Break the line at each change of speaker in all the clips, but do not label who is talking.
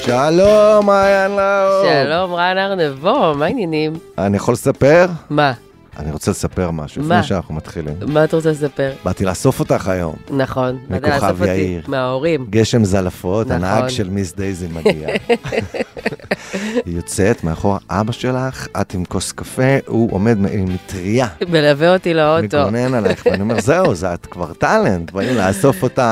שלום, מעיין לאור.
שלום, רן ארנבו, מה העניינים?
אני יכול לספר?
מה?
אני רוצה לספר משהו,
מה?
לפני שאנחנו מתחילים.
מה אתה רוצה לספר?
באתי לאסוף אותך היום.
נכון, באת
מכוכב
לאסוף אותי
יאיר.
מההורים.
גשם זלעפות,
נכון.
הנהג של מיס דייזי מגיע. היא יוצאת מאחור אבא שלך, את עם כוס קפה, הוא עומד מ- עם מטריה.
מלווה אותי לאוטו.
מגונן עלייך, ואני אומר, זהו, זה את כבר טאלנט, באים לאסוף אותך,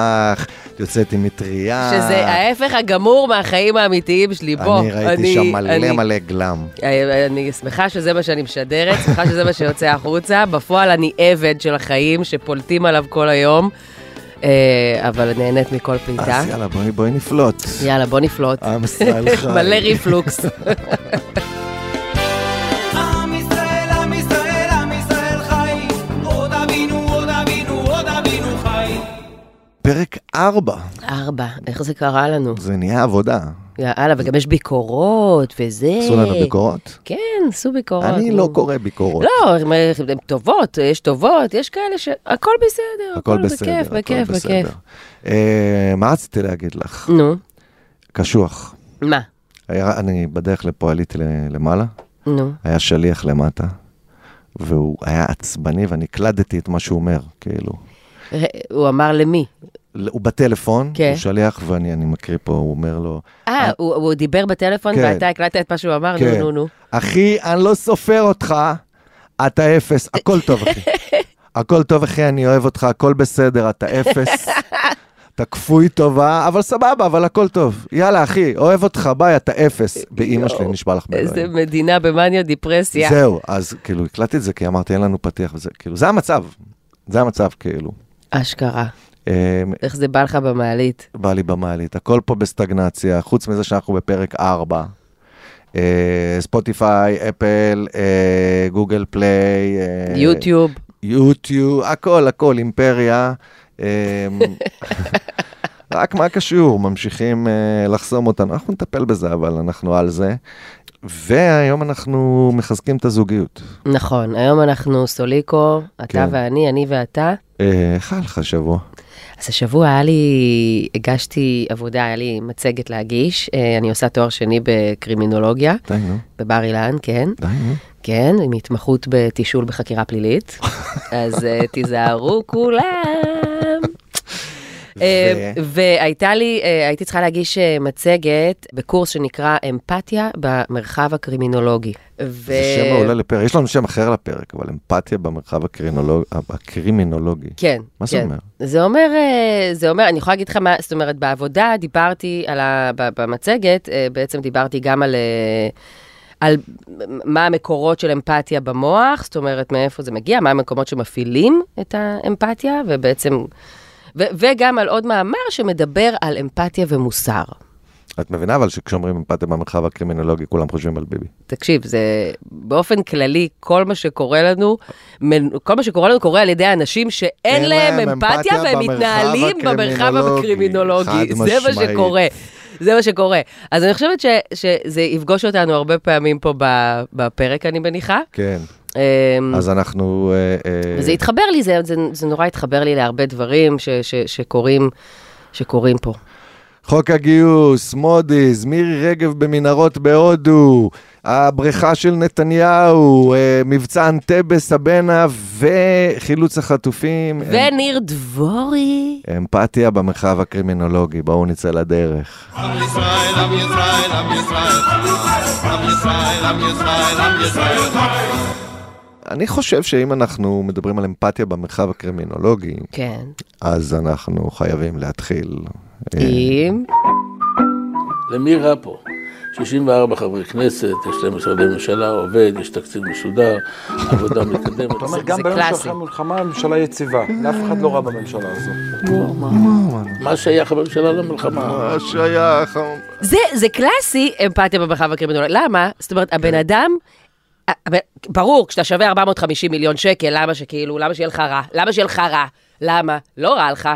את יוצאת עם מטריה.
שזה ההפך הגמור מהחיים האמיתיים שלי, בוא.
אני ראיתי
אני-
שם מלא
אני-
מלא גלם.
אה, אני שמחה שזה מה שאני משדרת, שמחה שזה מה שיוצא החוצה. בפועל אני עבד של החיים שפולטים עליו כל היום, אה, אבל נהנית מכל פליטה.
אז יאללה, בואי- בואי נפלוט.
יאללה, בוא נפלוט.
עם ישראל חי.
מלא ריפלוקס.
עם ישראל, עם ישראל, עם ישראל חי. עוד אבינו, עוד אבינו, עוד אבינו חי.
פרק 4,
ארבע, איך זה קרה לנו?
זה נהיה עבודה.
יאללה, וגם יש ביקורות וזה.
עשו לנו ביקורות?
כן, עשו ביקורות.
אני
נו.
לא קורא ביקורות.
לא, הן- הן טובות, יש טובות, יש כאלה ש... לא, הכל בסדר,
הכל בסדר,
בכיף,
הכל
בכיף, בכיף. אה.
בסדר. אה, מה רציתי להגיד לך?
נו,
קשוח.
מה?
היה- אני בדרך לפה עליתי ל- למעלה,
נו.
היה שליח למטה, והוא היה עצבני ואני הקלדתי את מה שהוא אומר, כאילו.
ר- הוא אמר למי?
הוא בטלפון,
כן.
הוא שליח ואני אני מקריא פה, הוא אומר לו,
אה, הוא הוא דיבר בטלפון
כן.
ואתה הקלטת את מה שהוא אמר? נו,
כן.
נו, נו.
אחי, אני לא סופר אותך, אתה אפס, הכל טוב, אחי. הכל טוב, אחי, אני אוהב אותך, הכל בסדר, אתה אפס. אתה כפוי טובה, אבל סבבה, אבל הכל טוב. יאללה, אחי, אוהב אותך, ביי, אתה אפס. באימא שלי, נשבע לך
איזה
באלוהים.
מדינה במאניה דיפרסיה.
זהו, אז כאילו, הקלטתי את זה, כי אמרתי, אין לנו פתיח וזה, כאילו, זה המצב. זה המצב, כאילו.
אשכרה.
אה,
איך זה בא לך במעלית?
בא לי במעלית, הכל פה בסטגנציה, חוץ מזה שאנחנו בפרק 4. ספוטיפיי, אפל, אה, גוגל פליי, אה,
יוטיוב.
יוטיוב, הכל, הכל, אימפריה. אמ, רק מה קשור, ממשיכים אה, לחסום אותנו. אנחנו נטפל בזה, אבל אנחנו על זה. והיום אנחנו מחזקים את הזוגיות.
נכון, היום אנחנו סוליקו, אתה
כן.
ואני, אני ואתה.
אה, איך היה לך השבוע?
אז השבוע היה לי, הגשתי עבודה, היה לי מצגת להגיש. אה, אני עושה תואר שני בקרימינולוגיה,
די, נו,
בבר אילן, כן.
די, נו.
כן, עם התמחות בתישול בחקירה פלילית. אז אה, תיזהרו כולם. אה, והייתה לי, אה, הייתי צריכה להגיש אה, מצגת בקורס שנקרא אמפתיה במרחב הקרימינולוגי. ו...
זה שם מעולה לפרק, יש לנו שם אחר לפרק, אבל אמפתיה במרחב הקרינולוג- הקרימינולוגי.
כן,
מה זה
כן.
אומר?
זה אומר, אה, זה אומר, אני יכולה להגיד לך מה, זאת אומרת, בעבודה דיברתי על ה... ב- במצגת, אה, בעצם דיברתי גם על... אה, על מה המקורות של אמפתיה במוח, זאת אומרת, מאיפה זה מגיע, מה המקומות שמפעילים את האמפתיה, ובעצם... ו- וגם על עוד מאמר שמדבר על אמפתיה ומוסר.
את מבינה אבל שכשאומרים אמפתיה במרחב הקרימינולוגי, כולם חושבים על ביבי.
תקשיב, זה באופן כללי, כל מה שקורה לנו, מנ- כל מה שקורה לנו קורה על ידי אנשים שאין להם אמפתיה והם
במרחב
מתנהלים במרחב
הקרימינולוגי.
הקרימינולוגי.
חד
זה מה
משמעית.
שקורה. זה מה שקורה. אז אני חושבת ש, שזה יפגוש אותנו הרבה פעמים פה ב- בפרק, אני מניחה.
כן,
אמ,
אז אנחנו... אה, אה,
וזה התחבר לי, זה, זה, זה נורא התחבר לי להרבה דברים ש, ש, שקורים, שקורים פה.
חוק הגיוס, מודי'ס, מירי רגב במנהרות בהודו, הבריכה של נתניהו, אה, מבצע אנטבה סבנה וחילוץ החטופים. אמ-
וניר דבורי.
אמפתיה במרחב הקרימינולוגי, בואו נצא לדרך.
עם ישראל, עם ישראל, עם ישראל, עם ישראל, עם ישראל, עם ישראל.
אני חושב שאם אנחנו מדברים על אמפתיה במרחב הקרימינולוגי,
כן.
אז אנחנו חייבים להתחיל. אה,
עם...
למי רע פה? 64 חברי כנסת, יש להם משרדי ממשלה, עובד, יש תקציב מסודר, עבודה מתקדמת.
אתה אומר,
זה- זה
גם ביום
קלאסי.
שאחרי המלחמה, הממשלה יציבה. לאף אחד לא רע בממשלה הזו.
מה שייך בממשלה למלחמה?
מה שייך...
זה, זה קלאסי אמפתיה במרחב הקרימינולוגי. למה? זאת אומרת,
כן.
הבן אדם... הבן- ברור, כשאתה שווה 450 מיליון שקל, למה שכאילו, למה שיהיה לך רע? למה שיהיה לך רע? למה? לא רע לך.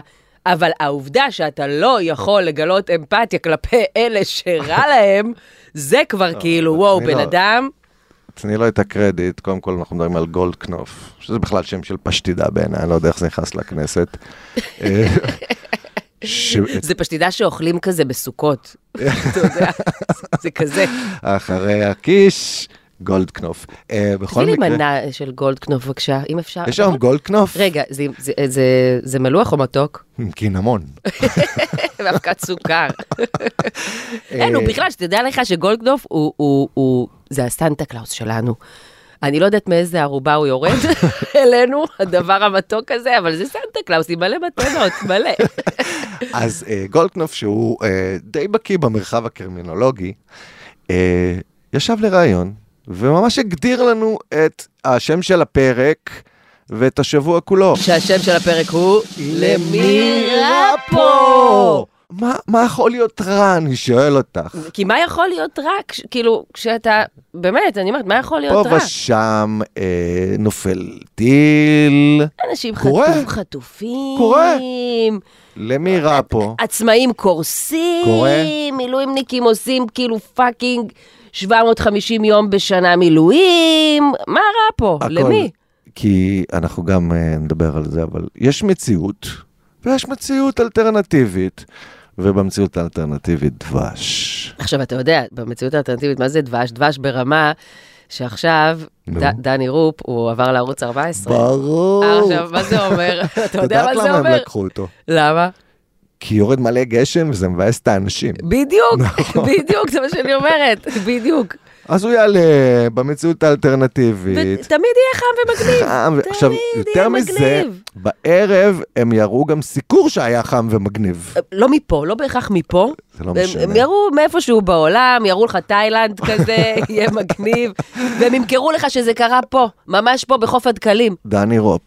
אבל העובדה שאתה לא יכול לגלות אמפתיה כלפי אלה שרע להם, זה כבר כאילו, וואו,
אני
בן
לא-
אדם,
תני לו את הקרדיט, קודם כל אנחנו מדברים על גולדקנופ, שזה בכלל שם של פשטידה בעיניי, אני לא יודע איך זה נכנס לכנסת. אה, ש-
זה פשטידה שאוכלים כזה בסוכות. אתה יודע, זה כזה.
אחרי הקיש, גולדקנופ. אה, בכל
תביא לי
מקרה,
מנה של גולדקנופ, בבקשה, אם אפשר.
יש היום גולדקנופ?
רגע, זה- זה- זה- זה מלוח או מתוק?
עם קינמון.
והפקת סוכר. אין, הוא בכלל, שתדע לך שגולדקנופ הוא- הוא, הוא- זה הסנטה קלאוס שלנו. אני לא יודעת מאיזה ערובה הוא יורד אלינו, הדבר המתוק הזה, אבל זה סנטה קלאוס עם מלא מתנות, מלא.
אז אה, גולדקנופ, שהוא אה, די בקיא במרחב הקרימינולוגי, אה, ישב לראיון, וממש הגדיר לנו את השם של הפרק ואת השבוע כולו.
שהשם של הפרק הוא למירה פה.
מה, מה יכול להיות רע? אני שואל אותך.
כי מה יכול להיות רע? כש- כאילו, כשאתה, באמת, אני אומרת, מה יכול
פה
להיות רע?
ושם אה, נופל טיל.
אנשים
קורה.
חטוף חטופים.
קורה. למי רע פה?
עצמאים קורסים,
קורה.
מילואימניקים עושים כאילו פאקינג 750 יום בשנה מילואים, מה רע פה?
הכל.
למי?
כי אנחנו גם אה, נדבר על זה, אבל יש מציאות, ויש מציאות אלטרנטיבית, ובמציאות האלטרנטיבית דבש.
עכשיו, אתה יודע, במציאות האלטרנטיבית, מה זה דבש? דבש ברמה שעכשיו
נו.
ד- דני רופ, הוא עבר לערוץ 14.
ברור.
אה, עכשיו, מה זה אומר? אתה יודע
יודעת
מה זה
למה הם
אומר?
לקחו אותו?
למה?
כי יורד מלא גשם וזה מבאס את האנשים.
בדיוק,
נכון.
בדיוק, זה מה שאני אומרת, בדיוק.
אז הוא יעלה במציאות האלטרנטיבית.
ותמיד יהיה חם ומגניב.
חם, ו- עכשיו,
תמיד
יותר
יהיה
מזה,
מגניב.
בערב הם יראו גם סיקור שהיה חם ומגניב.
לא מפה, לא בהכרח מפה.
זה לא
הם-
משנה.
הם יראו מאיפשהו בעולם, יראו לך תאילנד כזה, יהיה מגניב, והם ימכרו לך שזה קרה פה, ממש פה בחוף הדקלים.
דני רופ,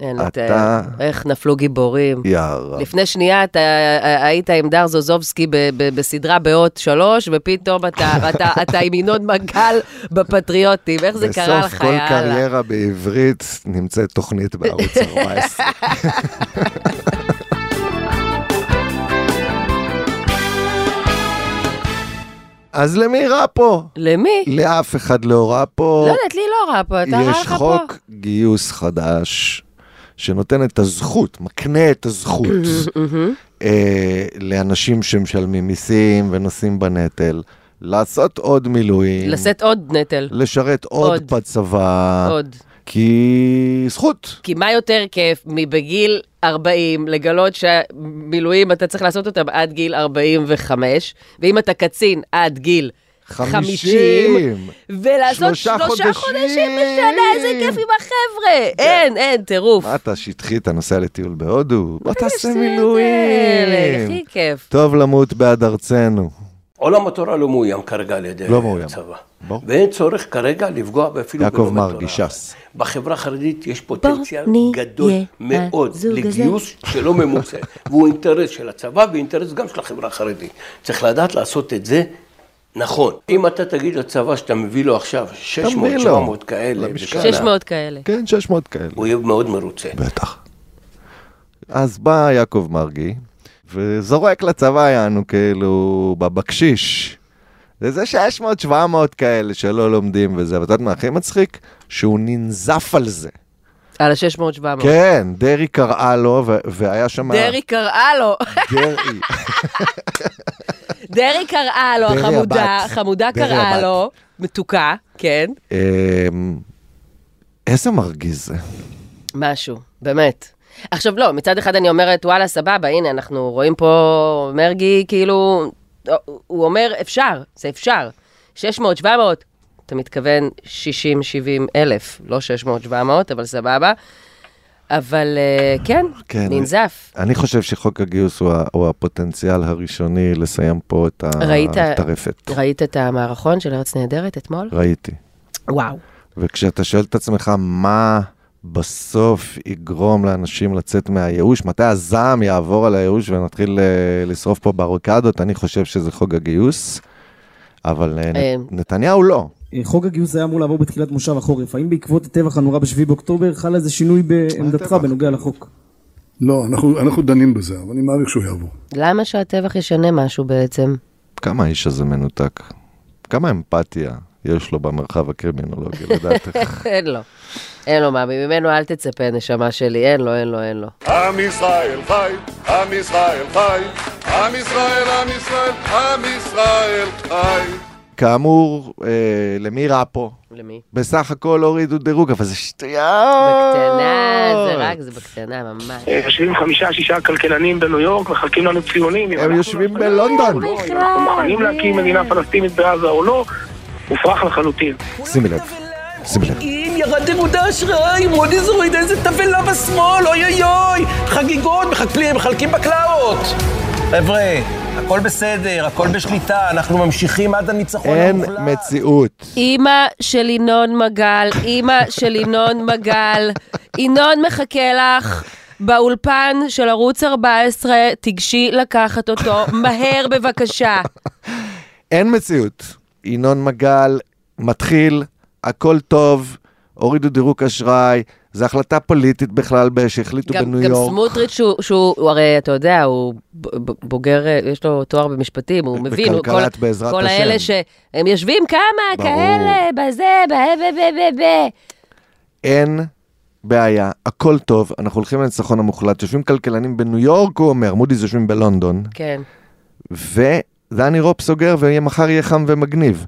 אין, לא
אתה-
תאר. איך נפלו גיבורים.
יארה.
לפני שנייה אתה אה, היית עם דר זוזובסקי ב- ב- בסדרה באות שלוש, ופתאום אתה- אתה- אתה עם ינון מגל בפטריוטים. איך זה קרה לך,
בסוף כל
יאללה?
קריירה בעברית נמצאת תוכנית בערוץ 14. אז למי רע פה?
למי?
לאף אחד לא רע פה.
לא יודעת, לי לא רע פה, אתה רע לך פה.
יש חוק גיוס חדש שנותן את הזכות, מקנה את הזכות אה, לאנשים שמשלמים מיסים ונושאים בנטל, לעשות עוד מילואים,
לשאת עוד נטל.
לשרת עוד,
עוד.
בצבא,
עוד.
כי זכות.
כי מה יותר כיף מבגיל 40 לגלות שהמילואים אתה צריך לעשות אותם עד גיל 45, ואם אתה קצין עד גיל 50, ולעשות
שלושה
שלושה,
חודשים. כן.
חודשים. בשנה, איזה כיף עם החבר'ה. אין, אין, טירוף.
מה אתה שטחי, אתה נוסע לטיול בהודו? בוא תעשה
בסדר,
מילואים.
הכי כיף.
טוב למות בעד ארצנו.
עולם התורה לא מאוים כרגע על ידי
לא מאוים.
הצבא.
ברור.
ואין צורך כרגע לפגוע באפילו
יעקב
בלומד
מרגי,
תורה.
ש"ס.
בחברה החרדית יש פוטנציאל
נהיה
גדול מאוד
הזוג הזה.
לגיוס שלא ממוצה, והוא אינטרס של הצבא ואינטרס גם של החברה החרדית. צריך לדעת לעשות את זה נכון. אם אתה תגיד לצבא שאתה מביא לו עכשיו 600-700
לו.
כאלה,
למשכן.
בשנה,
600 כאלה.
כן, 600 כאלה.
הוא יהיה מאוד מרוצה.
בטח. אז בא יעקב מרגי, וזורק לצבא יענו כאילו בבקשיש. זה זה 600-700 כאלה שלא לומדים וזה, ואת יודעת מה הכי מצחיק? שהוא ננזף על זה.
על ה-600-700.
כן, דרעי קראה לו, ו- והיה שם...
דרעי קראה לו,
דרעי.
דרעי קראה לו,
דרעי
החמודה,
הבת.
חמודה
דרעי
קראה
הבת.
לו, מתוקה, כן,
אמ, איזה מרגיז זה.
משהו, באמת. עכשיו לא, מצד אחד אני אומרת, וואלה, סבבה, הנה, אנחנו רואים פה מרגי, כאילו, הוא אומר, אפשר, זה אפשר. 600, 700, אתה מתכוון 60, 70 אלף, לא 600, 700, אבל סבבה. אבל אה, כן,
כן,
ננזף.
אני חושב שחוק הגיוס הוא, ה- הוא הפוטנציאל הראשוני לסיים פה את ה-
ראית-
הטרפת.
ראית את המערכון של ארץ נהדרת אתמול?
ראיתי.
וואו.
וכשאתה שואל את עצמך מה בסוף יגרום לאנשים לצאת מהייאוש, מתי הזעם יעבור על הייאוש ונתחיל אה, לשרוף פה בריקדות, אני חושב שזה חוק הגיוס, אבל אה, נ-
אה.
נתניהו לא.
אה, חוק הגיוס היה אמור לעבור בתחילת מושב החורף. האם בעקבות הטבח הנורא ב-7 באוקטובר חל איזה שינוי בעמדתך
הטבח?
בנוגע לחוק?
לא, אנחנו, אנחנו דנים בזה, אבל אני מעריך שהוא יעבור.
למה שהטבח ישנה משהו בעצם?
כמה האיש הזה מנותק, כמה אמפתיה יש לו במרחב הקרימינולוגי, לדעת איך.
אין לו. אין לו מה, ממנו אל תצפה, נשמה שלי, אין לו, אין לו, אין לו.
עם ישראל חי, עם ישראל חי, עם ישראל, עם ישראל, עם ישראל חי.
כאמור, אה, למי רע פה?
למי?
בסך הכל הורידו דירוג, אבל זה שטויות.
בקטנה, זה רק, זה בקטנה, ממש.
יושבים חמישה-שישה כלכלנים בניו יורק, מחלקים לנו ציונים. אם
הם
אנחנו
יושבים
לא
בלונדון.
מוכנים להקים מדינה פלסטינית בעזה או לא, מופרך לחלוטין.
שימי לב, שימי לב.
אם ירד דירוג האשראי, רוני זוריד, איזה תבלה בשמאל, אוי אוי אוי, חגיגות, מחלקים, מחלקים בקלאות. חבר'ה, הכל בסדר, הכל בשליטה, אנחנו ממשיכים עד הניצחון
אין
המוחלט.
מציאות.
אימא של ינון מגל, אימא של ינון מגל, ינון מחכה לך. באולפן של ערוץ 14, תיגשי לקחת אותו מהר בבקשה.
אין מציאות. ינון מגל מתחיל, הכל טוב, הורידו דירוג אשראי, זו החלטה פוליטית בכלל ב- שהחליטו
גם,
בניו
גם
יורק.
סמוטריץ' שהוא, שהוא, הוא הרי, אתה יודע, הוא ב- ב- בוגר, אה, יש לו תואר במשפטים, הוא מבין, הוא
בכלכלת בעזרת
כל
השם.
האלה שהם יושבים כמה,
ברור.
כאלה, בזה, ב... ב... ב... ב... ב...
אין בעיה, הכל טוב, אנחנו הולכים לניצחון המוחלט. יושבים כלכלנים בניו יורק, הוא אומר, מודי'ס יושבים בלונדון,
כן.
ודני רופ סוגר, ומחר יהיה חם ומגניב.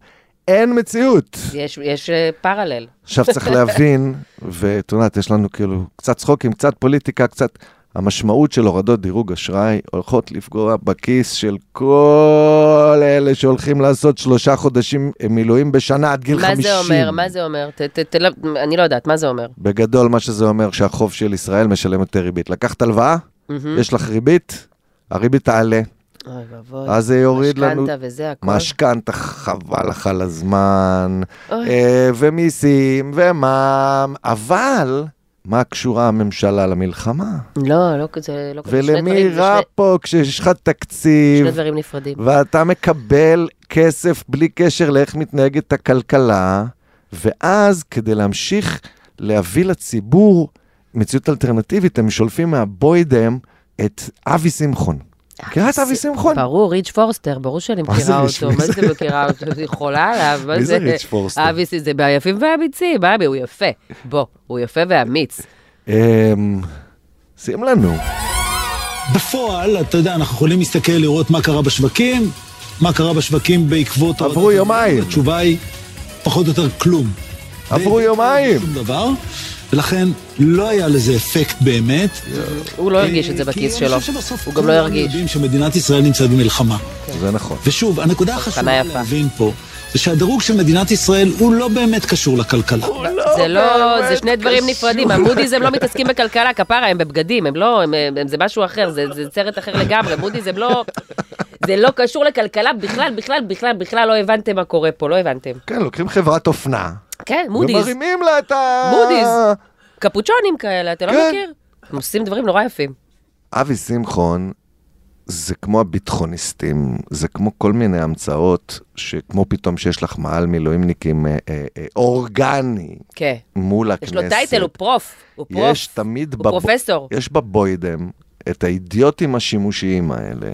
אין מציאות.
יש, יש אה, פרלל.
עכשיו צריך להבין, ואת יודעת, יש לנו כאילו קצת צחוקים, קצת פוליטיקה, קצת... המשמעות של הורדות דירוג אשראי הולכות לפגוע בכיס של כל אלה שהולכים לעשות שלושה חודשים אה, מילואים בשנה עד גיל
מה
50.
זה אומר? מה זה אומר? ת, ת, ת, ת, אני לא יודעת, מה זה אומר?
בגדול, מה שזה אומר שהחוב של ישראל משלם יותר ריבית. לקחת הלוואה,
Mm-hmm.
יש לך ריבית, הריבית תעלה,
אוי ואבוי.
אז זה יוריד לנו...
משכנתה וזה הכול.
משכנתה, חבל לך על הזמן,
אוי.
אה, ומיסים, ומע"מ, אבל מה קשורה הממשלה למלחמה?
לא, לא, זה לא כזה. שני
ולמי
דברים- זה
רע
שני-
פה כשיש לך
שני
תקציב,
דברים נפרדים.
ואתה מקבל כסף בלי קשר לאיך מתנהגת הכלכלה, ואז כדי להמשיך להביא לציבור מציאות אלטרנטיבית, הם שולפים מהבוידם את אבי שמחון. מכירה את אבי שמחון?
ברור, ריץ' פורסטר, ברור שאני
מה זה
מכירה
ריץ'?
אותו,
מי
מה
זה?
זה מכירה אותו? אני חולה עליו, מה
מי זה
זה?
ריץ' פורסטר?
אבי, זה- זה ביפים והאמיצים, אבי, הוא יפה. בוא, הוא יפה ואמיץ.
אמ, שים לנו.
בפועל, אתה יודע, אנחנו יכולים להסתכל לראות מה קרה בשווקים, מה קרה בשווקים בעקבות...
עברו
הורדת-
יומיים.
התשובה היא, פחות או יותר כלום.
עברו
די-
יומיים.
שום דבר, ולכן לא היה לזה אפקט באמת.
הוא לא הרגיש את זה
כי
בכיס
אני
שלו.
חושב שבסוף
הוא גם לא
כולנו
ירגיש.
יודעים שמדינת ישראל נמצאת במלחמה.
זה נכון.
ושוב, הנקודה
הבחנה
החשובה
יפה.
להבין פה, זה שהדירוג של מדינת ישראל הוא לא באמת קשור לכלכלה.
זה
אוקיי,
לא, זה שני דברים נפרדים. המודי'ס הם לא מתעסקים בכלכלה, כפרה, הם בבגדים, הם לא, הם- הם- זה משהו אחר, זה זה סרט אחר לגמרי. מודי'ס הם לא, זה לא קשור לכלכלה בכלל, בכלל, בכלל, בכלל לא הבנתם מה קורה פה, לא הבנתם.
כן, לוקחים חברת אופנה,
כן, מודי'ס,
ומרימים לה את ה...
מודי'ס. קפוצ'ונים כאלה, אתה
כן.
לא מכיר? הם עושים דברים נורא יפים.
אבי שמחון זה כמו הביטחוניסטים, זה כמו כל מיני המצאות, שכמו פתאום שיש לך מעל מילואימניקים אה, אה, אה, אורגני
כן.
מול הכנסת.
יש לו טייטל, הוא פרוף. הוא פרוף.
יש תמיד... אה,
הוא פרופסור.
יש בבוידם את האידיוטים השימושיים האלה,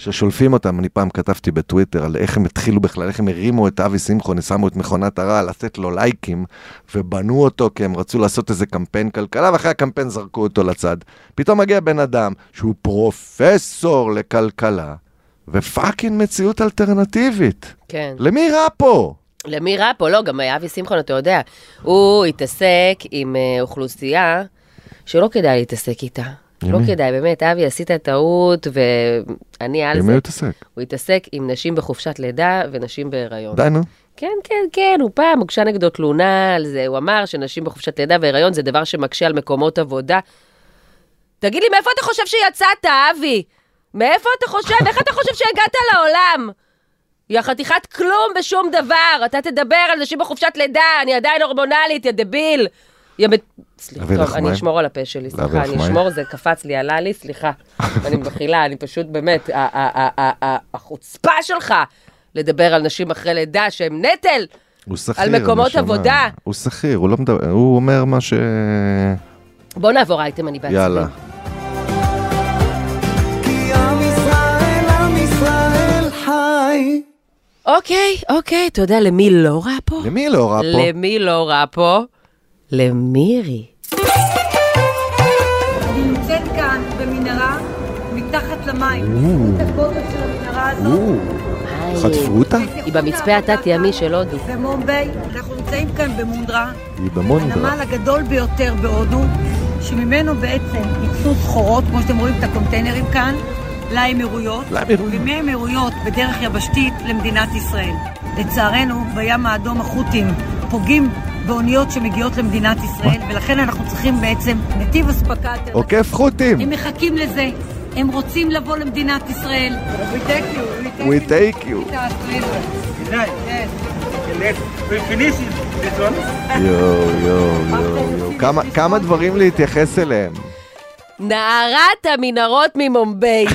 ששולפים אותם. אני פעם כתבתי בטוויטר על איך הם התחילו בכלל, איך הם הרימו את אבי שמחון, שמו את מכונת הרעל, לתת לו לייקים, ובנו אותו כי הם רצו לעשות איזה קמפיין כלכלה, ואחרי הקמפיין זרקו אותו לצד. פתאום מגיע בן אדם שהוא פרופסור לכלכלה, ופאקינג מציאות אלטרנטיבית.
כן.
למי רע פה?
למי רע פה? לא, גם אבי שמחון, אתה יודע, הוא התעסק עם אה, אוכלוסייה שלא כדאי להתעסק איתה. לא כדאי, באמת, אבי, עשית טעות, ואני על
למי
זה.
הוא התעסק?
הוא התעסק עם נשים בחופשת לידה ונשים בהיריון.
די נו.
כן, כן, כן, הוא פעם הוגשה נגדו תלונה על זה, הוא אמר שנשים בחופשת לידה והיריון זה דבר שמקשה על מקומות עבודה. תגיד לי, מאיפה אתה חושב שיצאת, אבי? מאיפה אתה חושב? איך אתה חושב שהגעת לעולם? יא חתיכת כלום בשום דבר. אתה תדבר על נשים בחופשת לידה, אני עדיין הורמונלית, יא דביל. יא מת... סליחה,
להביא
טוב,
לך
אני
מים?
אשמור על הפה שלי,
להביא
סליחה,
לך
אני
מים?
אשמור, זה קפץ לי, עלה לי, סליחה. אני מכילה, אני פשוט, באמת, ה- ה- ה- ה- ה- החוצפה שלך לדבר על נשים אחרי לידה שהן נטל.
הוא שכיר,
על מקומות
נשמה.
עבודה.
הוא שכיר, הוא לא מדבר, הוא אומר מה ש...
בוא נעבור אייטם, אני בעצמי.
יאללה.
אוקיי, אוקיי, אתה יודע למי לא רע פה?
למי לא רע פה?
למי לא רע פה? למירי.
אני נמצאת כאן במנהרה מתחת למים. תראו את הגודל של המנהרה הזאת.
חטפו אותה?
היא במצפה התת-ימי של הודו.
במומביי, אנחנו נמצאים כאן במונדרה,
היא במונדרה.
הנמל הגדול ביותר בהודו, שממנו בעצם יצאו סחורות, כמו שאתם רואים את הקונטיינרים כאן, לאמירויות,
לאמירויות.
ומהאמירויות בדרך יבשתית למדינת ישראל. לצערנו, בים האדום החות'ים פוגעים באוניות שמגיעות למדינת ישראל, ולכן אנחנו צריכים בעצם נתיב אספקה אלטרנטיבי.
עוקף חוטים.
הם מחכים לזה, הם רוצים לבוא למדינת ישראל. We take you,
We take you. יואו, יואו, יואו, יואו. כמה- כמה דברים להתייחס אליהם.
נערת המנהרות ממומביי.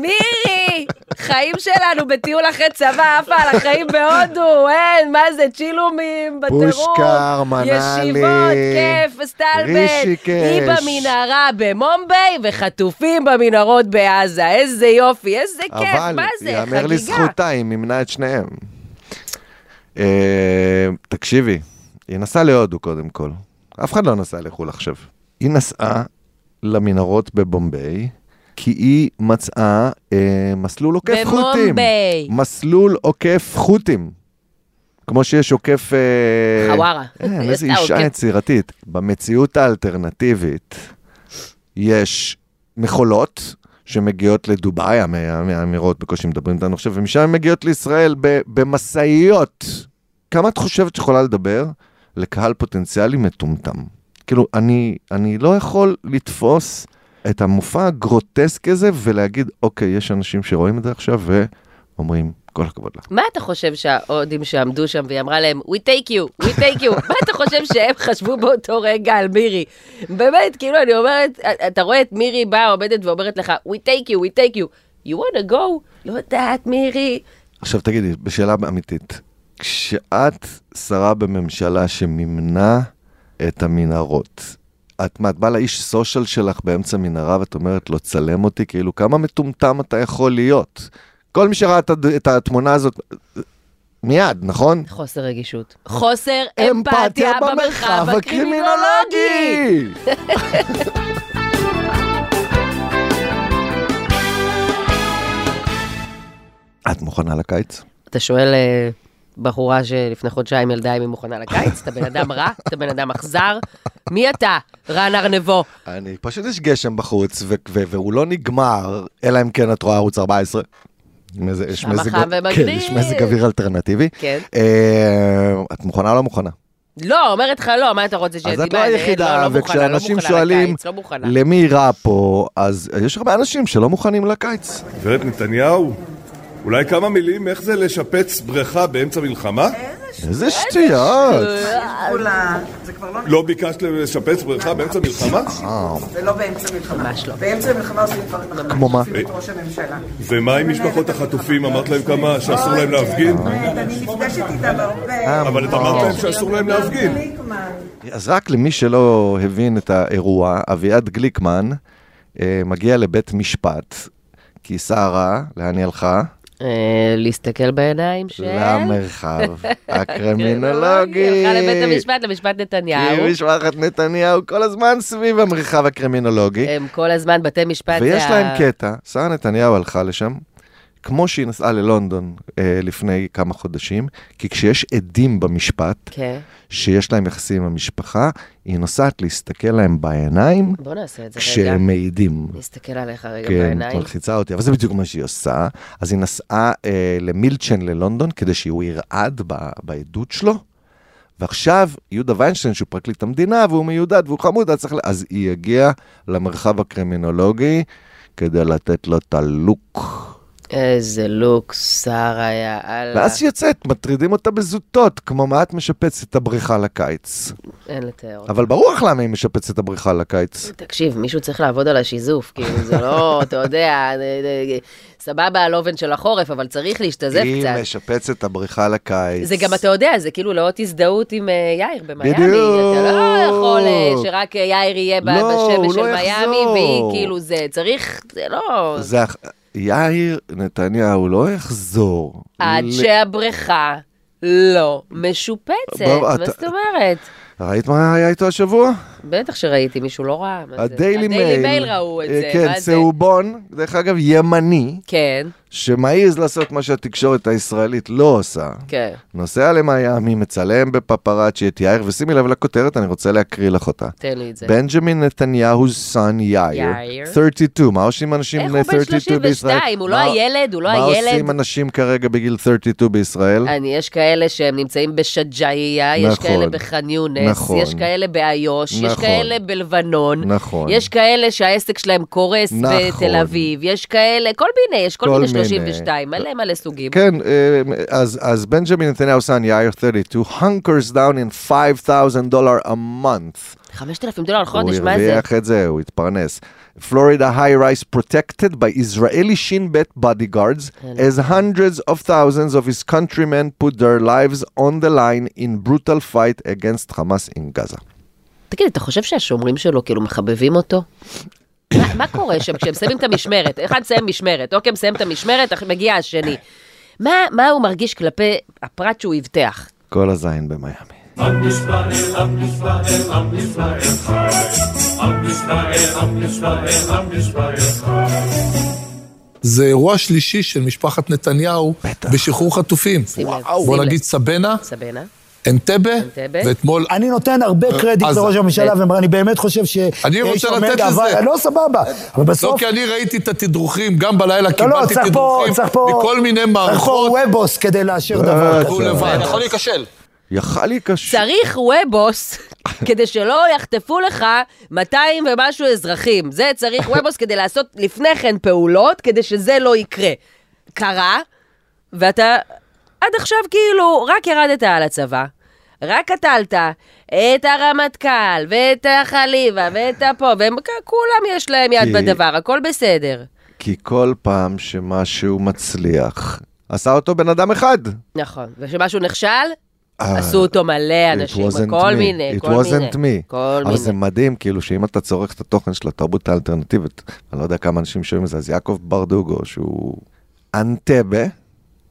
מירי, חיים שלנו בטיול אחרי צבא, עפה על החיים בהודו, אין, מה זה, צ'ילומים בטירוף.
פושקר, מנאלי,
ישיבות, כיף, סטלבט.
רישיקש.
היא במנהרה במומביי וחטופים במנהרות בעזה. איזה יופי, איזה כיף,
אבל
כן, מה זה,
יאמר
חגיגה.
לזכותה, היא מימנה את שניהם. אה, תקשיבי, היא נסעה להודו קודם כל. אף אחד לא נסע לחו"ל עכשיו. היא נסעה למנהרות בבומביי, כי היא מצאה אה, מסלול עוקף חוטים.
במומביי.
מסלול עוקף חוטים. כמו שיש עוקף... אה,
חווארה.
אה, איזה
יצא
אישה
עוקף.
יצירתית. במציאות האלטרנטיבית יש מכולות שמגיעות לדובאי, המ- המ- האמירות בקושי מדברים איתנו עכשיו, ומשם הן מגיעות לישראל ב- במשאיות. כמה את חושבת שיכולה לדבר לקהל פוטנציאלי מטומטם? כאילו, אני, אני לא יכול לתפוס את המופע הגרוטסקי הזה ולהגיד, אוקיי, יש אנשים שרואים את זה עכשיו ואומרים, כל הכבוד לה.
מה אתה חושב שההודים שעמדו שם והיא אמרה להם, We take you, we take you, מה אתה חושב שהם חשבו באותו רגע על מירי? באמת, כאילו, אני אומרת, אתה רואה את מירי באה, עומדת ואומרת לך, We take you, we take you, you wanna go? לא יודעת, מירי.
עכשיו תגידי, בשאלה אמיתית, כשאת שרה בממשלה שמימנה את המנהרות, את מה, את באה לאיש סושיאל שלך באמצע מנהרה ואת אומרת לו, צלם אותי, כאילו, כמה מטומטם אתה יכול להיות? כל מי שראה את הד- את התמונה הזאת, מיד, נכון?
חוסר רגישות. חוסר אמפתיה במרחב הקרימינולוגי.
הקרימינולוגי. את מוכנה לקיץ?
אתה שואל אה, בחורה שלפני חודשיים ילדה אם היא מוכנה לקיץ? אתה בן אדם רע? אתה בן אדם אכזר? מי אתה, רן ארנבו?
אני, פשוט יש גשם בחוץ, ו- ו- והוא לא נגמר, אלא אם כן את רואה ערוץ 14. עם איזה- יש
שם
מזג-
חם ומגניב.
כן, יש מזג אוויר אלטרנטיבי.
כן.
אה, את מוכנה או לא מוכנה?
לא, אומרת לך לא, מה אתה רוצה שתדעי?
אז את לא
מה, אני-
היחידה,
לא, לא מוכנה, לא
וכשאנשים
מוכנה
שואלים
לקיץ, לא מוכנה.
למי רע פה, אז יש הרבה אנשים שלא מוכנים לקיץ.
גברת נתניהו, אולי כמה מילים איך זה לשפץ בריכה באמצע מלחמה?
איזה שטויות.
זה לא ביקשת לשפץ בריכה באמצע מלחמה?
זה לא באמצע מלחמה.
ממש לא.
באמצע מלחמה עושים דברים אחרים.
כמו מה?
תוקפים את ראש הממשלה.
ומה עם משפחות החטופים? אמרת להם כמה שאסור להם להפגין?
אני נפגשת איתה בהרבה.
אבל את אמרת להם שאסור להם להפגין.
אז רק למי שלא הבין את האירוע, אביעד גליקמן אה, מגיע לבית משפט, כי שרה, לאן היא הלכה?
אה, להסתכל בעיניים של...
למרחב
היא
הקרימינולוגי.
כן? הלכה לבית המשפט, למשפט נתניהו.
כי משפחת נתניהו כל הזמן סביב המרחב הקרימינולוגי.
הם כל הזמן, בתי משפט
ויש
זה ה-
להם קטע, שרה נתניהו הלכה לשם, כמו שהיא נסעה ללונדון אה, לפני כמה חודשים, כי כשיש עדים במשפט,
כן.
שיש להם יחסים עם המשפחה, היא נוסעת להסתכל להם בעיניים,
בוא נעשה את זה רגע.
כשהם מעידים.
נסתכל עליך רגע
כן,
בעיניים.
מלחיצה אותי, אבל זה בדיוק מה שהיא עושה. אז היא נסעה אה, למילצ'ן ללונדון כדי שהוא ירעד ב, בעדות שלו, ועכשיו יהודה ויינשטיין, שהוא פרקליט המדינה, והוא מיודד והוא חמוד, אז, צריך... ל- אז היא הגיעה למרחב הקרימינולוגי כדי לתת לו את הלוק.
אה. איזה לוק שר היה, אללה.
ואז שהיא יוצאת, מטרידים אותה בזוטות, כמו מה את משפצת את הבריכה לקיץ.
אין לתאר.
אבל ברור לך למה היא משפצת את הבריכה לקיץ.
תקשיב, מישהו צריך לעבוד על השיזוף, כאילו, זה לא, אתה יודע, זה- זה- סבבה על אובן של החורף, אבל צריך להשתזף
היא
קצת.
משפצת את הבריכה לקיץ.
זה גם, אתה יודע, זה כאילו לאות הזדהות עם אה, יאיר במיאמי. אתה לא
בדיוק.
יכול אה, שרק אה, יאיר יהיה ב-
לא,
בשמש
הוא
של
לא
מיאמי,
יחזור.
והיא כאילו, זה צריך, זה לא...
זה, הח- יאיר נתניהו לא יחזור.
עד
ל-
שהבריכה לא משופצת.
ברור,
מה
אתה-
זאת אומרת?
ראית מה היה איתו השבוע?
בטח שראיתי, מישהו לא ראה. מה זה?
הדיילי מייל.
הדיילי מייל ראו את
אה,
זה.
כן,
מה זה?
צהובון, דרך אגב, ימני,
כן,
שמעז לעשות מה שהתקשורת הישראלית לא עושה.
כן.
נוסע למיאמי, מצלם בפפראצ'י את יאיר, ושימי לב לכותרת, אני רוצה להקריא לך אותה.
תן לי את זה.
בנג'מין נתניהו סון יאיר,
יאיר.
32, מה עושים אנשים
איך
בני
הוא בן
32 בישראל?
32? הוא לא
מה-
הילד? הוא לא
מה
הילד?
עושים אנשים כרגע בגיל 32 בישראל?
אני, יש כאלה שהם נמצאים בשג'אעיה, יש
אה? נכון.
כאלה בח'אן יונס,
נכון.
יש כאלה באיו"ש, יש
נכון.
כאלה בלבנון,
נכון.
יש כאלה שהעסק שלהם קורס
נכון.
בתל אביב, יש כאלה, כל מיני, יש כל,
כל
מיני
מיני.
32, מלא מלא סוגים.
כן, אה, אז, אז בנג'מין נתניהו סון יאיר 32, hunkers down in 5,000 דולר a month.
5,000 דולר
הוא
חודש, מה זה?
הרוויח את זה, הוא התפרנס. Florida high rise protected by Israeli Shin Bet bodyguards as hundreds of thousands of his countrymen put their lives on the line in brutal fight against Hamas in Gaza.
תגיד, אתה חושב שהשומרים שלו כאילו מחבבים אותו? מה- מה קורה שם כשהם מסיימים את המשמרת? אחד מסיים משמרת, אוקיי, מסיים את המשמרת, אך- מגיע השני. מה, מה הוא מרגיש כלפי הפרט שהוא הבטח?
כל הזין במיאמי.
עם ישראל, עם ישראל, עם ישראל חי. עם ישראל, עם ישראל, עם ישראל חי.
זה אירוע שלישי של משפחת נתניהו בשחרור חטופים. וואו.
שים
בוא
לב.
נגיד סבנה,
סבנה?
אנטבה,
אנטבה.
ואתמול...
אני נותן הרבה קרדיט
עזה.
לראש הממשלה, ואני באמת חושב ש...
אה, אני רוצה
יש עומד
לתת
אבל-
לזה.
לא, סבבה. אבל
לא,
בסוף...
כי אני ראיתי את התדרוכים, גם בלילה
לא, לא,
קיבלתי
צריך פה...
תדרוכים
צריך פה...
מכל מיני
צריך פה
מערכות. אה,
וובוס כדי לאשר דבר
הוא
כזה.
לבד.
יכול
להיכשל.
יכל להיכשל.
צריך וובוס כדי שלא יחטפו לך 200 ומשהו אזרחים. זה צריך וובוס כדי לעשות לפני כן פעולות, כדי שזה לא יקרה. קרה, ואתה עד עכשיו כאילו רק ירדת על הצבא, רק קטלת את הרמטכ"ל, ואת החליבה, ואת הפה, והם כולם יש להם יד
כי-
בדבר, הכל בסדר.
כי כל פעם שמשהו מצליח, עשה אותו בן אדם אחד.
נכון. וכשמשהו נכשל,
אה,
עשו אותו מלא
It
אנשים,
wasn't
כל
me.
מיני,
It
כל מיני.
wasn't me.
כל
אבל
מיני.
זה מדהים, כאילו, שאם אתה צורך את התוכן של התרבות האלטרנטיבית, אני לא יודע כמה אנשים שומעים את זה, אז יעקב ברדוגו, שהוא אנטבה,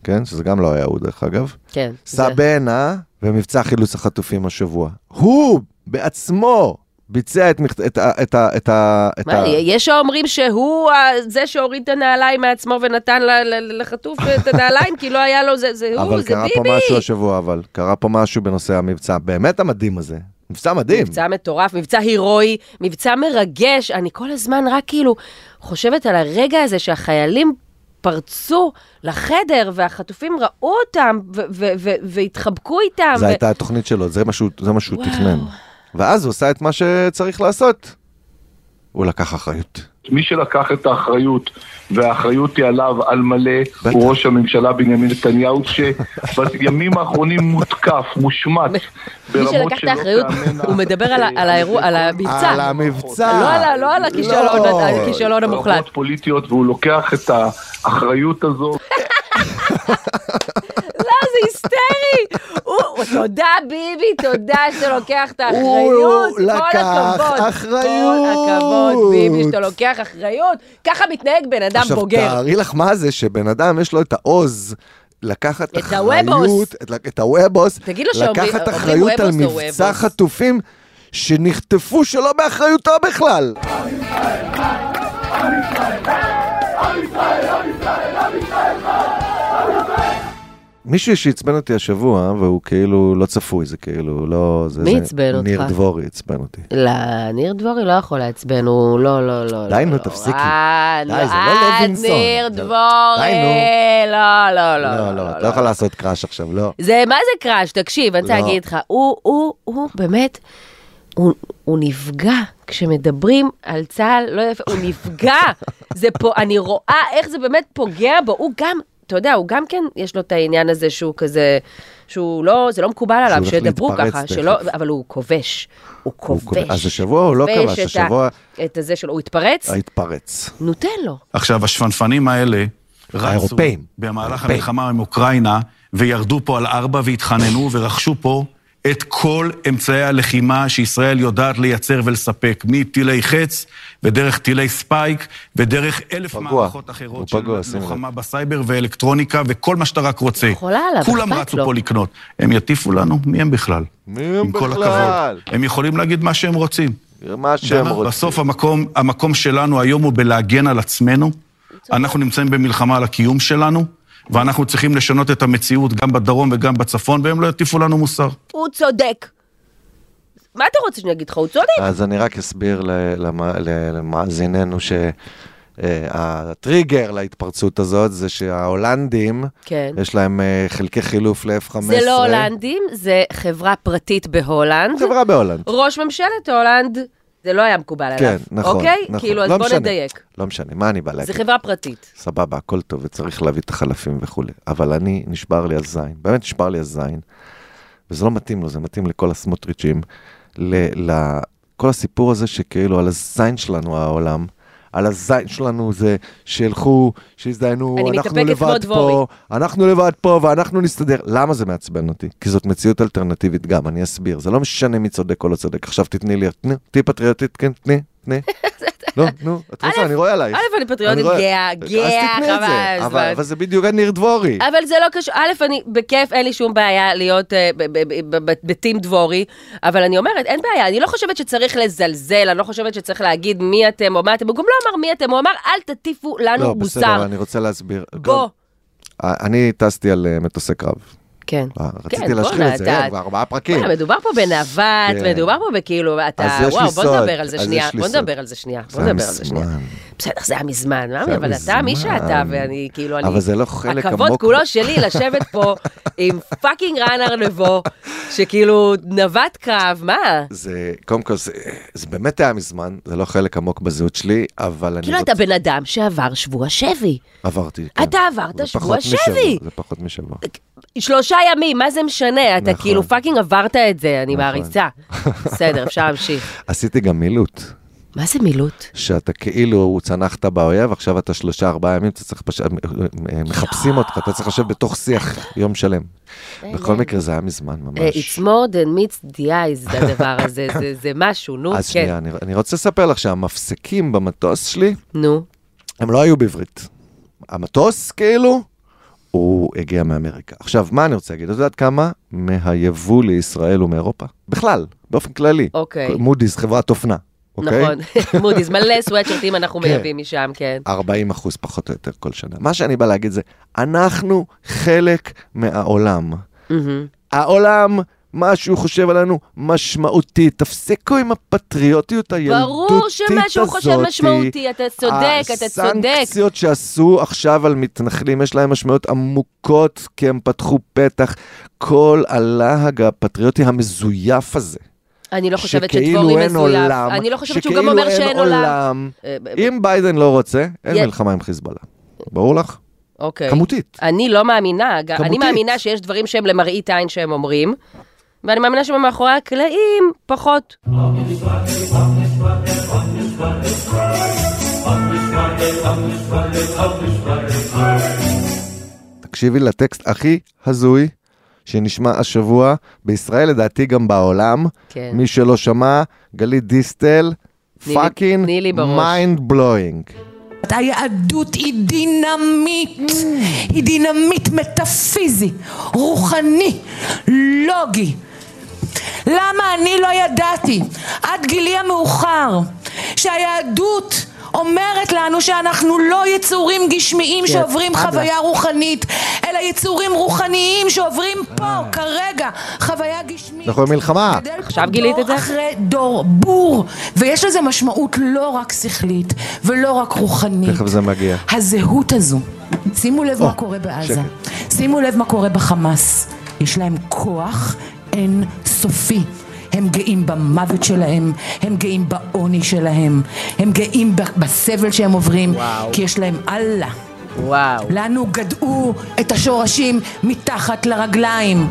כן? שזה גם לא היה הוא, דרך אגב.
כן. זה-
סבנה, ומבצע חילוץ החטופים השבוע. הוא בעצמו ביצע את מכת- את ה... את ה- את ה... את
מה,
ה-
יש שאומרים שהוא ה- זה שהוריד את הנעליים מעצמו ונתן ל- ל- לחטוף את הנעליים, כי לא היה לו, זה זה הוא,
אבל
זה
קרה פה משהו
ביבי.
השבוע, אבל קרה פה משהו בנושא המבצע באמת המדהים הזה. מבצע מדהים.
מבצע מטורף, מבצע הירואי, מבצע מרגש. אני כל הזמן רק כאילו חושבת על הרגע הזה שהחיילים פרצו לחדר והחטופים ראו אותם ו- ו- ו- והתחבקו איתם.
זו
ו-
הייתה התוכנית שלו, זה מה שהוא, זה מה שהוא
וואו.
תכנן. ואז הוא עשה את מה שצריך לעשות. הוא לקח אחריות.
מי שלקח את האחריות, והאחריות היא עליו על מלא, הוא ראש הממשלה בנימין נתניהו, שבימים האחרונים מותקף, מושמט,
מי
ברמות
שלקח את
שלא
האחריות, הוא מדבר על ה- על האירוע, על המבצע.
על המבצע.
לא על ה- לא על הכישלון,
לא.
על הכישלון המוחלט.
ברמות פוליטיות, והוא לוקח את האחריות הזו.
לא, זה היסטרי! הוא- הוא- תודה, ביבי, תודה שאתה לוקח את האחריות.
הוא לקח
כל הכבוד. כל הכבוד, ביבי, שאתה לוקח אחריות. ככה מתנהג בן אדם
עכשיו,
בוגר.
תארי לך מה זה שבן אדם יש לו את העוז לקחת
את
אחריות,
הוובוס.
את- את הוובוס,
תגיד לו שאומרים-
לקחת
אומרים
אחריות על
וובוס או
מבצע
וובוס.
חטופים שנחטפו שלא באחריותו בכלל. מישהו שעצבן אותי השבוע, והוא כאילו לא צפוי, זה כאילו לא... זה-
מי
זה-
עצבן אותך?
ניר דבורי עצבן אותי.
לא, ניר דבורי לא יכול לעצבן, הוא לא, לא, לא.
די,
לא,
נו,
לא.
תפסיקי.
אה,
די,
נו,
זה לא
אה,
לוינסון.
ניר
זה-
דבורי.
די, נו.
לא, לא, לא.
לא, לא, את לא יכולה לעשות קראש עכשיו, לא.
זה, מה זה קראש? תקשיב, אני רוצה
לא.
להגיד לך, הוא, הוא, הוא באמת, הוא, הוא נפגע. כשמדברים על צה"ל, לא יפה, הוא נפגע. זה פה, אני רואה איך זה באמת פוגע בו. הוא גם, אתה יודע, הוא גם כן, יש לו את העניין הזה שהוא כזה, שהוא לא, זה לא מקובל עליו
הולך
שידברו
להתפרץ
ככה,
תכף.
שלא, אבל הוא כובש. הוא
הוא
כובש.
אז השבוע הוא לא
כובש את
כבש,
ה-
השבוע
את הזה שלו, הוא התפרץ?
התפרץ.
נו, תן לו.
עכשיו, השפנפנים האלה רצו
האירופאים.
במהלך
האירופאים.
המלחמה עם אוקראינה, וירדו פה על ארבע והתחננו ורכשו פה
את כל אמצעי הלחימה שישראל יודעת לייצר ולספק, מטילי חץ ודרך טילי ספייק ודרך אלף מערכות אחרות של לוחמה בסייבר ואלקטרוניקה וכל מה שאתה רק רוצה.
חולה עליו,
כולם
אכפת
רצו
לו.
פה לקנות. הם יטיפו לנו, מי הם בכלל?
מי הם
עם כל
בכלל?
הכבוד. הם יכולים להגיד מה שהם רוצים.
מה שהם
בסוף
רוצים.
בסוף המקום, המקום שלנו היום הוא בלהגן על עצמנו. אנחנו נמצאים במלחמה על הקיום שלנו, ואנחנו צריכים לשנות את המציאות גם בדרום וגם בצפון, והם לא יטיפו לנו מוסר.
הוא צודק. מה אתה רוצה שאני אגיד לך? הוא צודק.
אז אני רק אסביר ל- למ- ל- למאזיננו ש... אה, הטריגר להתפרצות הזאת זה שההולנדים,
כן.
יש להם אה, חלקי חילוף ל-F-15.
זה לא הולנדים, זה חברה פרטית בהולנד.
חברה בהולנד.
ראש ממשלת הולנד, זה לא היה מקובל עליו.
כן, נכון.
אוקיי?
נכון.
כאילו, אז
לא
בוא
משנה,
נדייק.
לא משנה, מה אני בא להגיד?
זה חברה פרטית.
סבבה, הכל טוב, וצריך להביא את החלפים וכולי. אבל אני, נשבר לי הזין, באמת נשבר לי הזין, וזה לא מתאים לו, זה מתאים לכל הסמוטריצ'ים, ל, ל, כל הסיפור הזה שכאילו על הזין שלנו העולם, על הזין שלנו זה שילכו, שיזדיינו,
אני
אנחנו
מתאפקת כמו
לבד
דבורי.
פה, אנחנו לבד פה ואנחנו נסתדר. למה זה מעצבן אותי? כי זאת מציאות אלטרנטיבית גם, אני אסביר. זה לא משנה מי צודק או לא צודק. עכשיו תתני לי, תני, תהיי פטריוטית, כן, תני, תני. לא, נו, את רוצה, אני רואה עלייך.
א', אני פטריוטית
רואה-
גאה, גאה,
אז תתני את
חבל, לא-
זה. אבל-
הזמן.
אבל זה בדיוק ניר דבורי.
אבל זה לא קשור, א', אני בכיף, אין לי שום בעיה להיות אה, ב- ב- ב- ב- ב- בטים דבורי, אבל אני אומרת, אין בעיה, אני לא חושבת שצריך לזלזל, אני לא חושבת שצריך להגיד מי אתם או מה אתם, הוא גם לא אמר מי אתם, הוא אמר, אל תטיפו לנו
לא, בסדר, אבל
מוסר.
אני רוצה להסביר.
בוא.
גם- אני טסתי על אה, מטוסי קרב.
כן.
אה, רציתי
כן,
להשחיל
בואנה,
את זה,
אתה-
אה, כבר ארבעה פרקים.
בוא'נה, מדובר פה
כן.
בנווט, מדובר פה בכאילו, אתה,
אז יש לי
וואו, בוא
סוד,
נדבר על זה
אז
שנייה,
יש לי
בוא
סוד.
נדבר על זה שנייה,
זה
בוא
היה
נדבר על זה שנייה.
מזמן.
בסדר, זה היה מזמן, מאמי,
היה
אבל אתה מי
מזמן.
שאתה, ואני כאילו, אני...
אבל זה לא חלק
הכבוד
עמוק.
כולו שלי לשבת פה עם פאקינג רן ארנבו, שכאילו נווט קרב, מה?
זה, קודם כל, זה- זה באמת היה מזמן, זה לא חלק עמוק בזהות שלי, אבל אני
כאילו
רוצה...
אתה בן אדם שעבר שבוע שבי.
עברתי, כן.
אתה עברת
זה
שבוע
פחות
שבי.
משבוע, זה פחות משבוע.
שלושה ימים, מה זה משנה? אתה
נכון.
כאילו פאקינג עברת את זה, אני מעריצה. בסדר, אפשר להמשיך.
עשיתי גם מילוט.
מה זה מילוט?
שאתה כאילו צנחת באויב, עכשיו אתה שלושה, ארבעה ימים, אתה צריך פשוט, מחפשים אותך, אתה צריך לשבת בתוך שיח יום שלם. בכל מקרה, זה היה מזמן ממש.
אה, It's more than meets the eyes, זה הדבר הזה, זה- זה משהו, נו,
אז
כן.
שנייה, אני, אני רוצה לספר לך שהמפסקים במטוס שלי,
נו.
הם לא היו בעברית. המטוס, כאילו, הוא הגיע מאמריקה. עכשיו, מה אני רוצה להגיד? את יודעת כמה מהיבוא לישראל הוא מאירופה? בכלל, באופן כללי.
אוקיי.
מודי'ס, חברת אופנה, אוקיי?
נכון, מודי'ס, מלא סוואטשרטים אנחנו
כן.
מייבאים משם, כן.
40 אחוז פחות או יותר כל שנה. מה שאני בא להגיד זה, אנחנו חלק מהעולם.
מהמם.
העולם, מה שהוא חושב עלינו, משמעותי. תפסיקו עם הפטריוטיות הילדותית
ברור שמשהו חושב
הזאתי.
משמעותי, אתה צודק, אתה צודק.
הסנקציות שעשו עכשיו על מתנחלים, יש להם משמעויות עמוקות, כי הם פתחו פתח. כל הלהג הפטריוטי המזויף הזה.
אני לא חושבת
שכאילו
שדבורי
אין
מזויף.
עולם,
אני לא חושבת שהוא גם
שכאילו
אומר
אין
שאין עולם.
עולם.
אה, ב-
אם ביידן לא רוצה, אין
יה-
מלחמה עם חיזבאללה. ברור לך?
אוקיי.
כמותית.
אני לא מאמינה, גם- אני
כמותית.
מאמינה שיש דברים שהם למראית עין שהם אומרים, ואני מאמינה שהם מאחורי הקלעים פחות.
תקשיבי לטקסט הכי הזוי שנשמע השבוע, בישראל לדעתי גם בעולם.
כן.
מי שלא שמע, גלית דיסטל,
תני לי-
פאקינג
תני לי בראש.
מיינד בלואינג.
היהדות היא דינמיט, היא דינמיט מטאפיזי, רוחני, לוגי. למה אני לא ידעתי עד גילי המאוחר שהיהדות אומרת לנו שאנחנו לא יצורים גשמיים
כן,
שעוברים
אבא.
חוויה רוחנית, אלא יצורים רוחניים שעוברים פה כרגע חוויה גשמית.
אה. אנחנו במלחמה.
עכשיו גילית את זה? אחרי דור בור, ויש לזה משמעות לא רק שכלית ולא רק רוחנית.
תכף זה מגיע.
הזהות הזו, שימו לב מה קורה בעזה, שימו לב מה קורה בחמאס, יש להם כוח אינסופי. הם גאים במוות שלהם, הם גאים בעוני שלהם, הם גאים ב- בסבל שהם עוברים,
וואו.
כי יש להם אללה.
וואו.
לנו גדעו את השורשים מתחת לרגליים.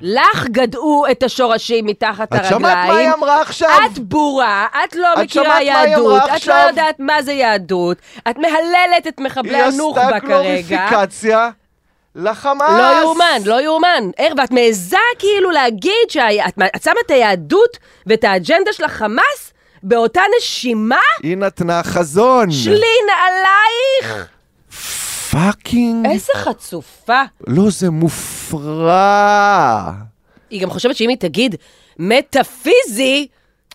לך גדעו את השורשים מתחת
את
הרגליים.
שמעת מה היא אמרה
עכשיו?
את בורה, את לא
את
מכירה
שמעת מה היא אמרה
יהדות, את לא
עכשיו?
יודעת מה זה יהדות, את מהללת את מחבלי הנוח'בה כרגע.
היא עשתה גלוריפיקציה לחמאס!
לא יאומן, לא יאומן. איך, ואת מעיזה כאילו להגיד שאת את שמה את היהדות ואת האג'נדה של החמאס באותה נשימה?
היא נתנה חזון.
שלי נעלייך!
פאקינג...
איזה חצופה.
לא, זה מופרע.
היא גם חושבת שאם היא תגיד מטאפיזי,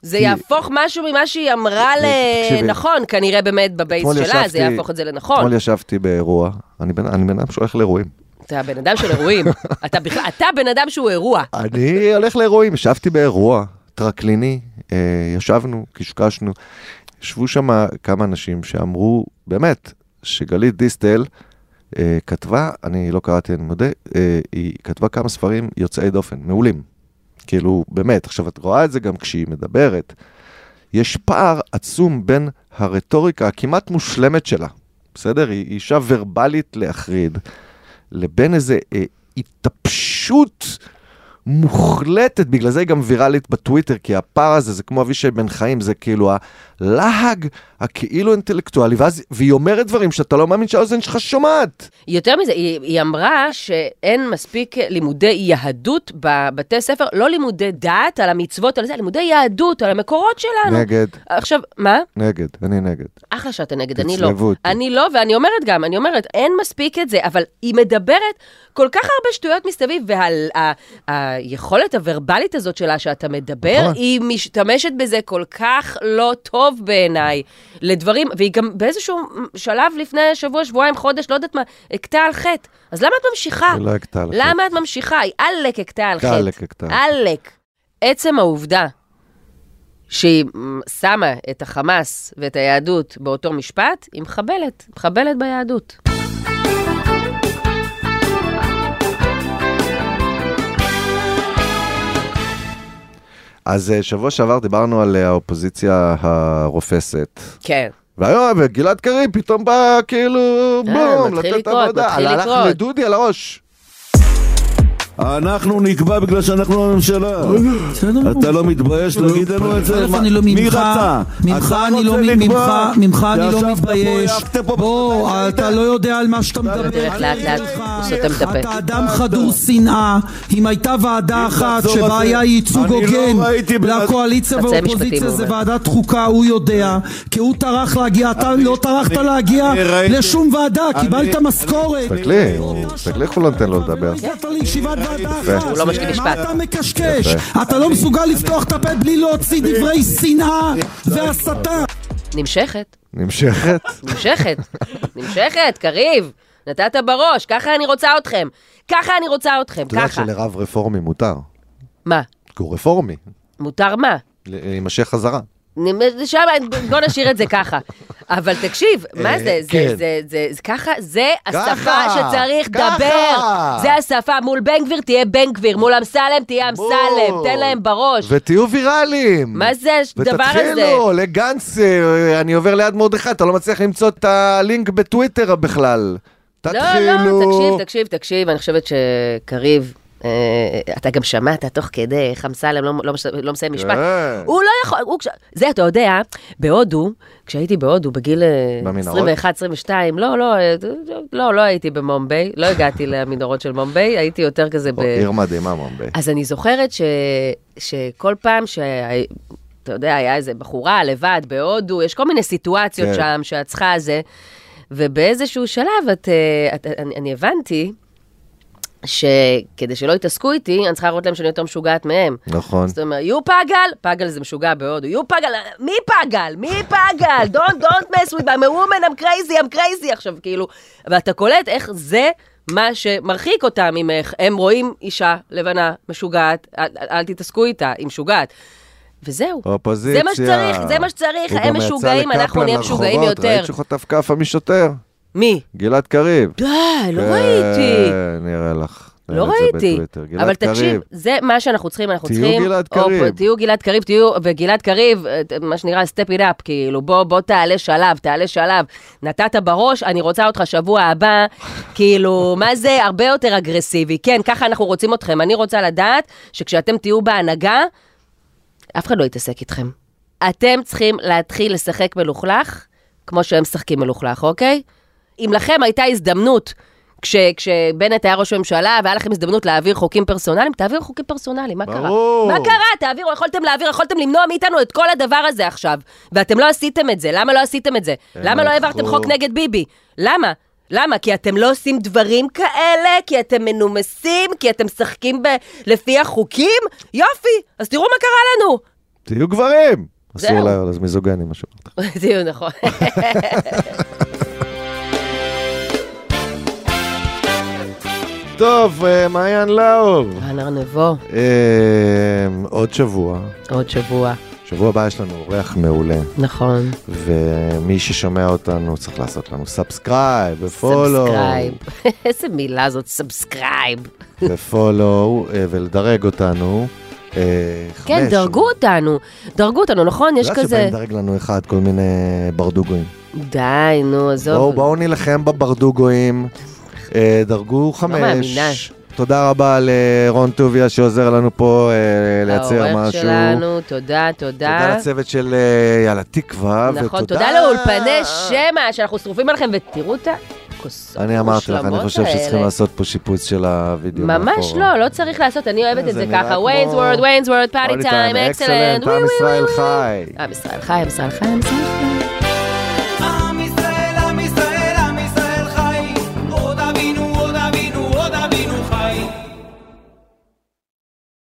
זה
היא-
יהפוך משהו ממה שהיא אמרה ל...
אה, תקשיבי.
נכון, כנראה באמת בבייס
אתמול
שלה, זה
ישבתי-
יהפוך את זה לנכון.
אתמול ישבתי באירוע, אני בן אני בן אדם שהולך לאירועים.
אתה בן אדם של אירועים. אתה בכלל, אתה בן אדם שהוא אירוע.
אני הולך לאירועים, ישבתי באירוע טרקליני, אה, ישבנו, קשקשנו. ישבו שם כמה אנשים שאמרו, באמת, שגלית דיסטל אה, כתבה, אני לא קראתי, אני מודה, אה, היא כתבה כמה ספרים יוצאי דופן, מעולים. כאילו, באמת, עכשיו את רואה את זה גם כשהיא מדברת. יש פער עצום בין הרטוריקה הכמעט מושלמת שלה, בסדר? היא היא אישה ורבלית להחריד, לבין איזה אה, התעפשות מוחלטת, בגלל זה היא גם ויראלית בטוויטר, כי הפער הזה זה כמו אבישי בן חיים, זה כאילו הלהג הכאילו אינטלקטואלי, ואז, והיא אומרת דברים שאתה לא מאמין שהאוזן שלך שומעת.
יותר מזה, היא, היא אמרה שאין מספיק לימודי יהדות בבתי ספר, לא לימודי דת על המצוות, על זה, לימודי יהדות, על המקורות שלנו.
נגד,
עכשיו, מה?
נגד, אני נגד.
אחלה שאתה נגד, אני לא.
תצלבו אותי.
אני לא, ואני אומרת גם, אני אומרת, אין מספיק את זה, אבל היא מדברת כל כך הרבה שטויות מסביב, והיכולת הוורבלית הזאת שלה שאתה מדבר,
נכון.
היא משתמשת בזה כל כך לא טוב בעיניי לדברים, והיא גם באיזשהו שלב לפני שבוע, שבועיים, חודש, לא יודעת מה, הכתה על חטא. אז למה את ממשיכה?
היא לא הכתה על חטא.
למה את ממשיכה? היא עלק הכתה על חטא.
עלק הכתה על חטא.
עלק. עצם העובדה שהיא שמה את החמאס ואת היהדות באותו משפט, היא מחבלת, מחבלת ביהדות.
אז אה, שבוע שעבר דיברנו על אה, האופוזיציה הרופסת.
כן.
והיום אה, גלעד קריב פתאום בא כאילו בום,
מתחיל
לתת
לקרות,
עבודה,
מתחיל
הלך
לקרות.
לדודי על הראש.
אנחנו נקבע בגלל שאנחנו לא הממשלה. אתה לא מתבייש להגיד לנו את זה?
אלף,
מה-
אני לא
מי
ממך,
רצה?
ממך
אתה
אני לא,
רוצה
ממך,
לקבוע?
ממך אני לא
ישבת פה,
מתבייש.
העפת פה
בוא, אתה לא יודע על מה שאתה מדבר.
תלך לאט לאט, הוא סותם את הפה.
אתה אדם חדור שנאה, אם הייתה ועדה אחת
אה, תחזור
שבה
על זה,
היה ייצוג
אני לא
הוגן
ראיתי בן-
לקואליציה
חצאי משפטים,
והאופוזיציה
הוא
זה
אומר.
ועדת חוקה, הוא יודע, כי הוא טרח להגיע, אתה לא טרחת
אה. אני-
להגיע
אני ראיתי-
לשום ועדה,
אני-
קיבלת משכורת.
תסתכלי, הוא- תסתכלי איך הוא לא נותן לו לדבר.
הגעת לישיבת ועדה
יפה.
אחת.
הוא לא משלים
מה
משפט.
אתה מקשקש?
יפה.
אתה לא מסוגל לפתוח את הפה בלי להוציא דברי שנאה והסתה.
נמשכת,
נמשכת.
נמשכת, נמשכת, קריב. נתת בראש, ככה אני רוצה אתכם. ככה אני רוצה אתכם,
את יודעת
ככה.
שלרב רפורמי מותר.
מה?
כי הוא רפורמי,
מותר מה?
להימשך חזרה.
נ- שם, בוא נשאיר את זה ככה. אבל תקשיב, מה זה? זה-
כן.
זה- זה- זה ככה, זה השפה
ככה,
שצריך
ככה.
לדבר. זה השפה. מול בן גביר תהיה בן גביר, מול אמסלם תהיה אמסלם, תן להם בראש.
ותהיו ויראליים.
מה זה הדבר הזה?
ותתחילו, לגנץ, אה, אני עובר ליד מרדכי, אתה לא מצליח למצוא את הלינק בטוויטר בכלל.
לא,
תתחילו.
לא, תקשיב, תקשיב, תקשיב, אני חושבת שקריב, אה, אתה גם שמעת תוך כדי, איך אמסלם לא, לא, מש- לא מסיים משפט.
כן.
הוא לא יכול, הוא, כש- זה אתה יודע, בהודו, כשהייתי בהודו בגיל אה,
במנהרות?
21-22, לא, לא, אה, לא, לא הייתי במומביי, לא הגעתי למנהרות של מומביי, הייתי יותר כזה ב...
עיר מדהימה, מומבי.
אז אני זוכרת ש... שכל פעם ש... אתה יודע, היה איזה בחורה לבד בהודו, יש כל מיני סיטואציות
כן.
שם שאת צריכה זה, ובאיזשהו שלב את, אה, את, אני, אני הבנתי שכדי שלא יתעסקו איתי, אני צריכה להראות להם שאני יותר משוגעת מהם.
נכון.
זאת אומרת, you פאגל, פאגל זה משוגע בהודו, you פאגל, מי פאגל? מי פאגל? Don't, don't mess with me, I'm a woman, I'm crazy, I'm crazy עכשיו, כאילו. ואתה קולט איך זה מה שמרחיק אותם ממך. הם רואים אישה לבנה משוגעת, אל, אל, אל תתעסקו איתה, היא משוגעת. וזהו.
אופוזיציה.
זה מה שצריך, זה מה שצריך,
הוא
הם
גם יצא
משוגעים,
לקפלן
אנחנו נהיה
לרחובות,
משוגעים יותר.
ראית שהוא חטף כאפה משוטר?
מי?
גלעד קריב.
די, לא ראיתי.
כן, נראה לך.
לא
נראה את זה
ראיתי.
בטוויטר. גלעד
אבל תקשיב,
קריב.
זה מה שאנחנו צריכים, אנחנו
תהיו
צריכים...
גלעד
הופ,
קריב.
תהיו גלעד קריב, תהיו, וגלעד קריב, אה, מה שנקרא step it up, כאילו, בוא, בוא תעלה שלב, תעלה שלב. נתת בראש, אני רוצה אותך שבוע הבא, כאילו, מה זה הרבה יותר אגרסיבי. כן, ככה אנחנו רוצים אתכם. אני רוצה לדעת שכשאתם תהיו בהנהגה, אף אחד לא יתעסק איתכם. אתם צריכים להתחיל לשחק מלוכלך, כמו שהם משחקים מלוכלך, אוקיי? אם לכם הייתה הזדמנות כש, כשבנט היה ראש ממשלה והיה לכם הזדמנות להעביר חוקים פרסונליים, תעבירו חוקים פרסונליים, מה קרה?
ברור.
מה קרה? תעבירו, יכולתם להעביר, יכולתם למנוע מאיתנו את כל הדבר הזה עכשיו. ואתם לא עשיתם את זה, למה לא עשיתם את זה?
הם
למה לא
לקחו.
העברתם חוק נגד ביבי? למה? למה? כי אתם לא עושים דברים כאלה? כי אתם מנומסים? כי אתם משחקים ב... לפי החוקים? יופי, אז תראו מה קרה לנו.
תהיו גברים!
זהו.
אסור לה, אז מיזוגני משהו.
זהו, נכון.
טוב, אה, מעיין לאור.
מעיין נבו.
אמ, עוד שבוע.
עוד שבוע.
שבוע הבא יש לנו אורח מעולה.
נכון.
ומי ששומע אותנו צריך לעשות לנו סאבסקרייב ופולו.
סאבסקרייב. איזה מילה זאת, סאבסקרייב.
ופולו, אה, ולדרג אותנו. אה,
כן,
חמש.
דרגו אותנו. דרגו אותנו, נכון? יש
את יודעת
כזה...
שבאים לדרג לנו אחד כל מיני ברדוגויים.
די, נו, עזוב.
בואו בואו נילחם בברדוגויים. אה, דרגו חמש.
לא מאמינה.
תודה רבה לרון טוביה שעוזר לנו פה אה, לייצר משהו.
העורך שלנו, תודה, תודה.
תודה לצוות של אה, יאללה תקווה,
נכון,
ותודה.
תודה לאולפני שמע, שאנחנו שרופים עליכם, ותראו את ה...
אני אמרתי לך, אני
המושלמות
חושב שצריכים
האלה.
לעשות פה שיפוץ של הווידאו.
ממש
מאחורה.
לא, לא צריך לעשות, אני אוהבת את
זה
זה
נראה
ככה.
כמו-
ויינס וורד, ויינס וורד, פארטי
Party
טיים,
time,
אקסלנט.
excellent, עם ישראל חי.
עם ישראל חי, עם ישראל חי, עם ישראל חי.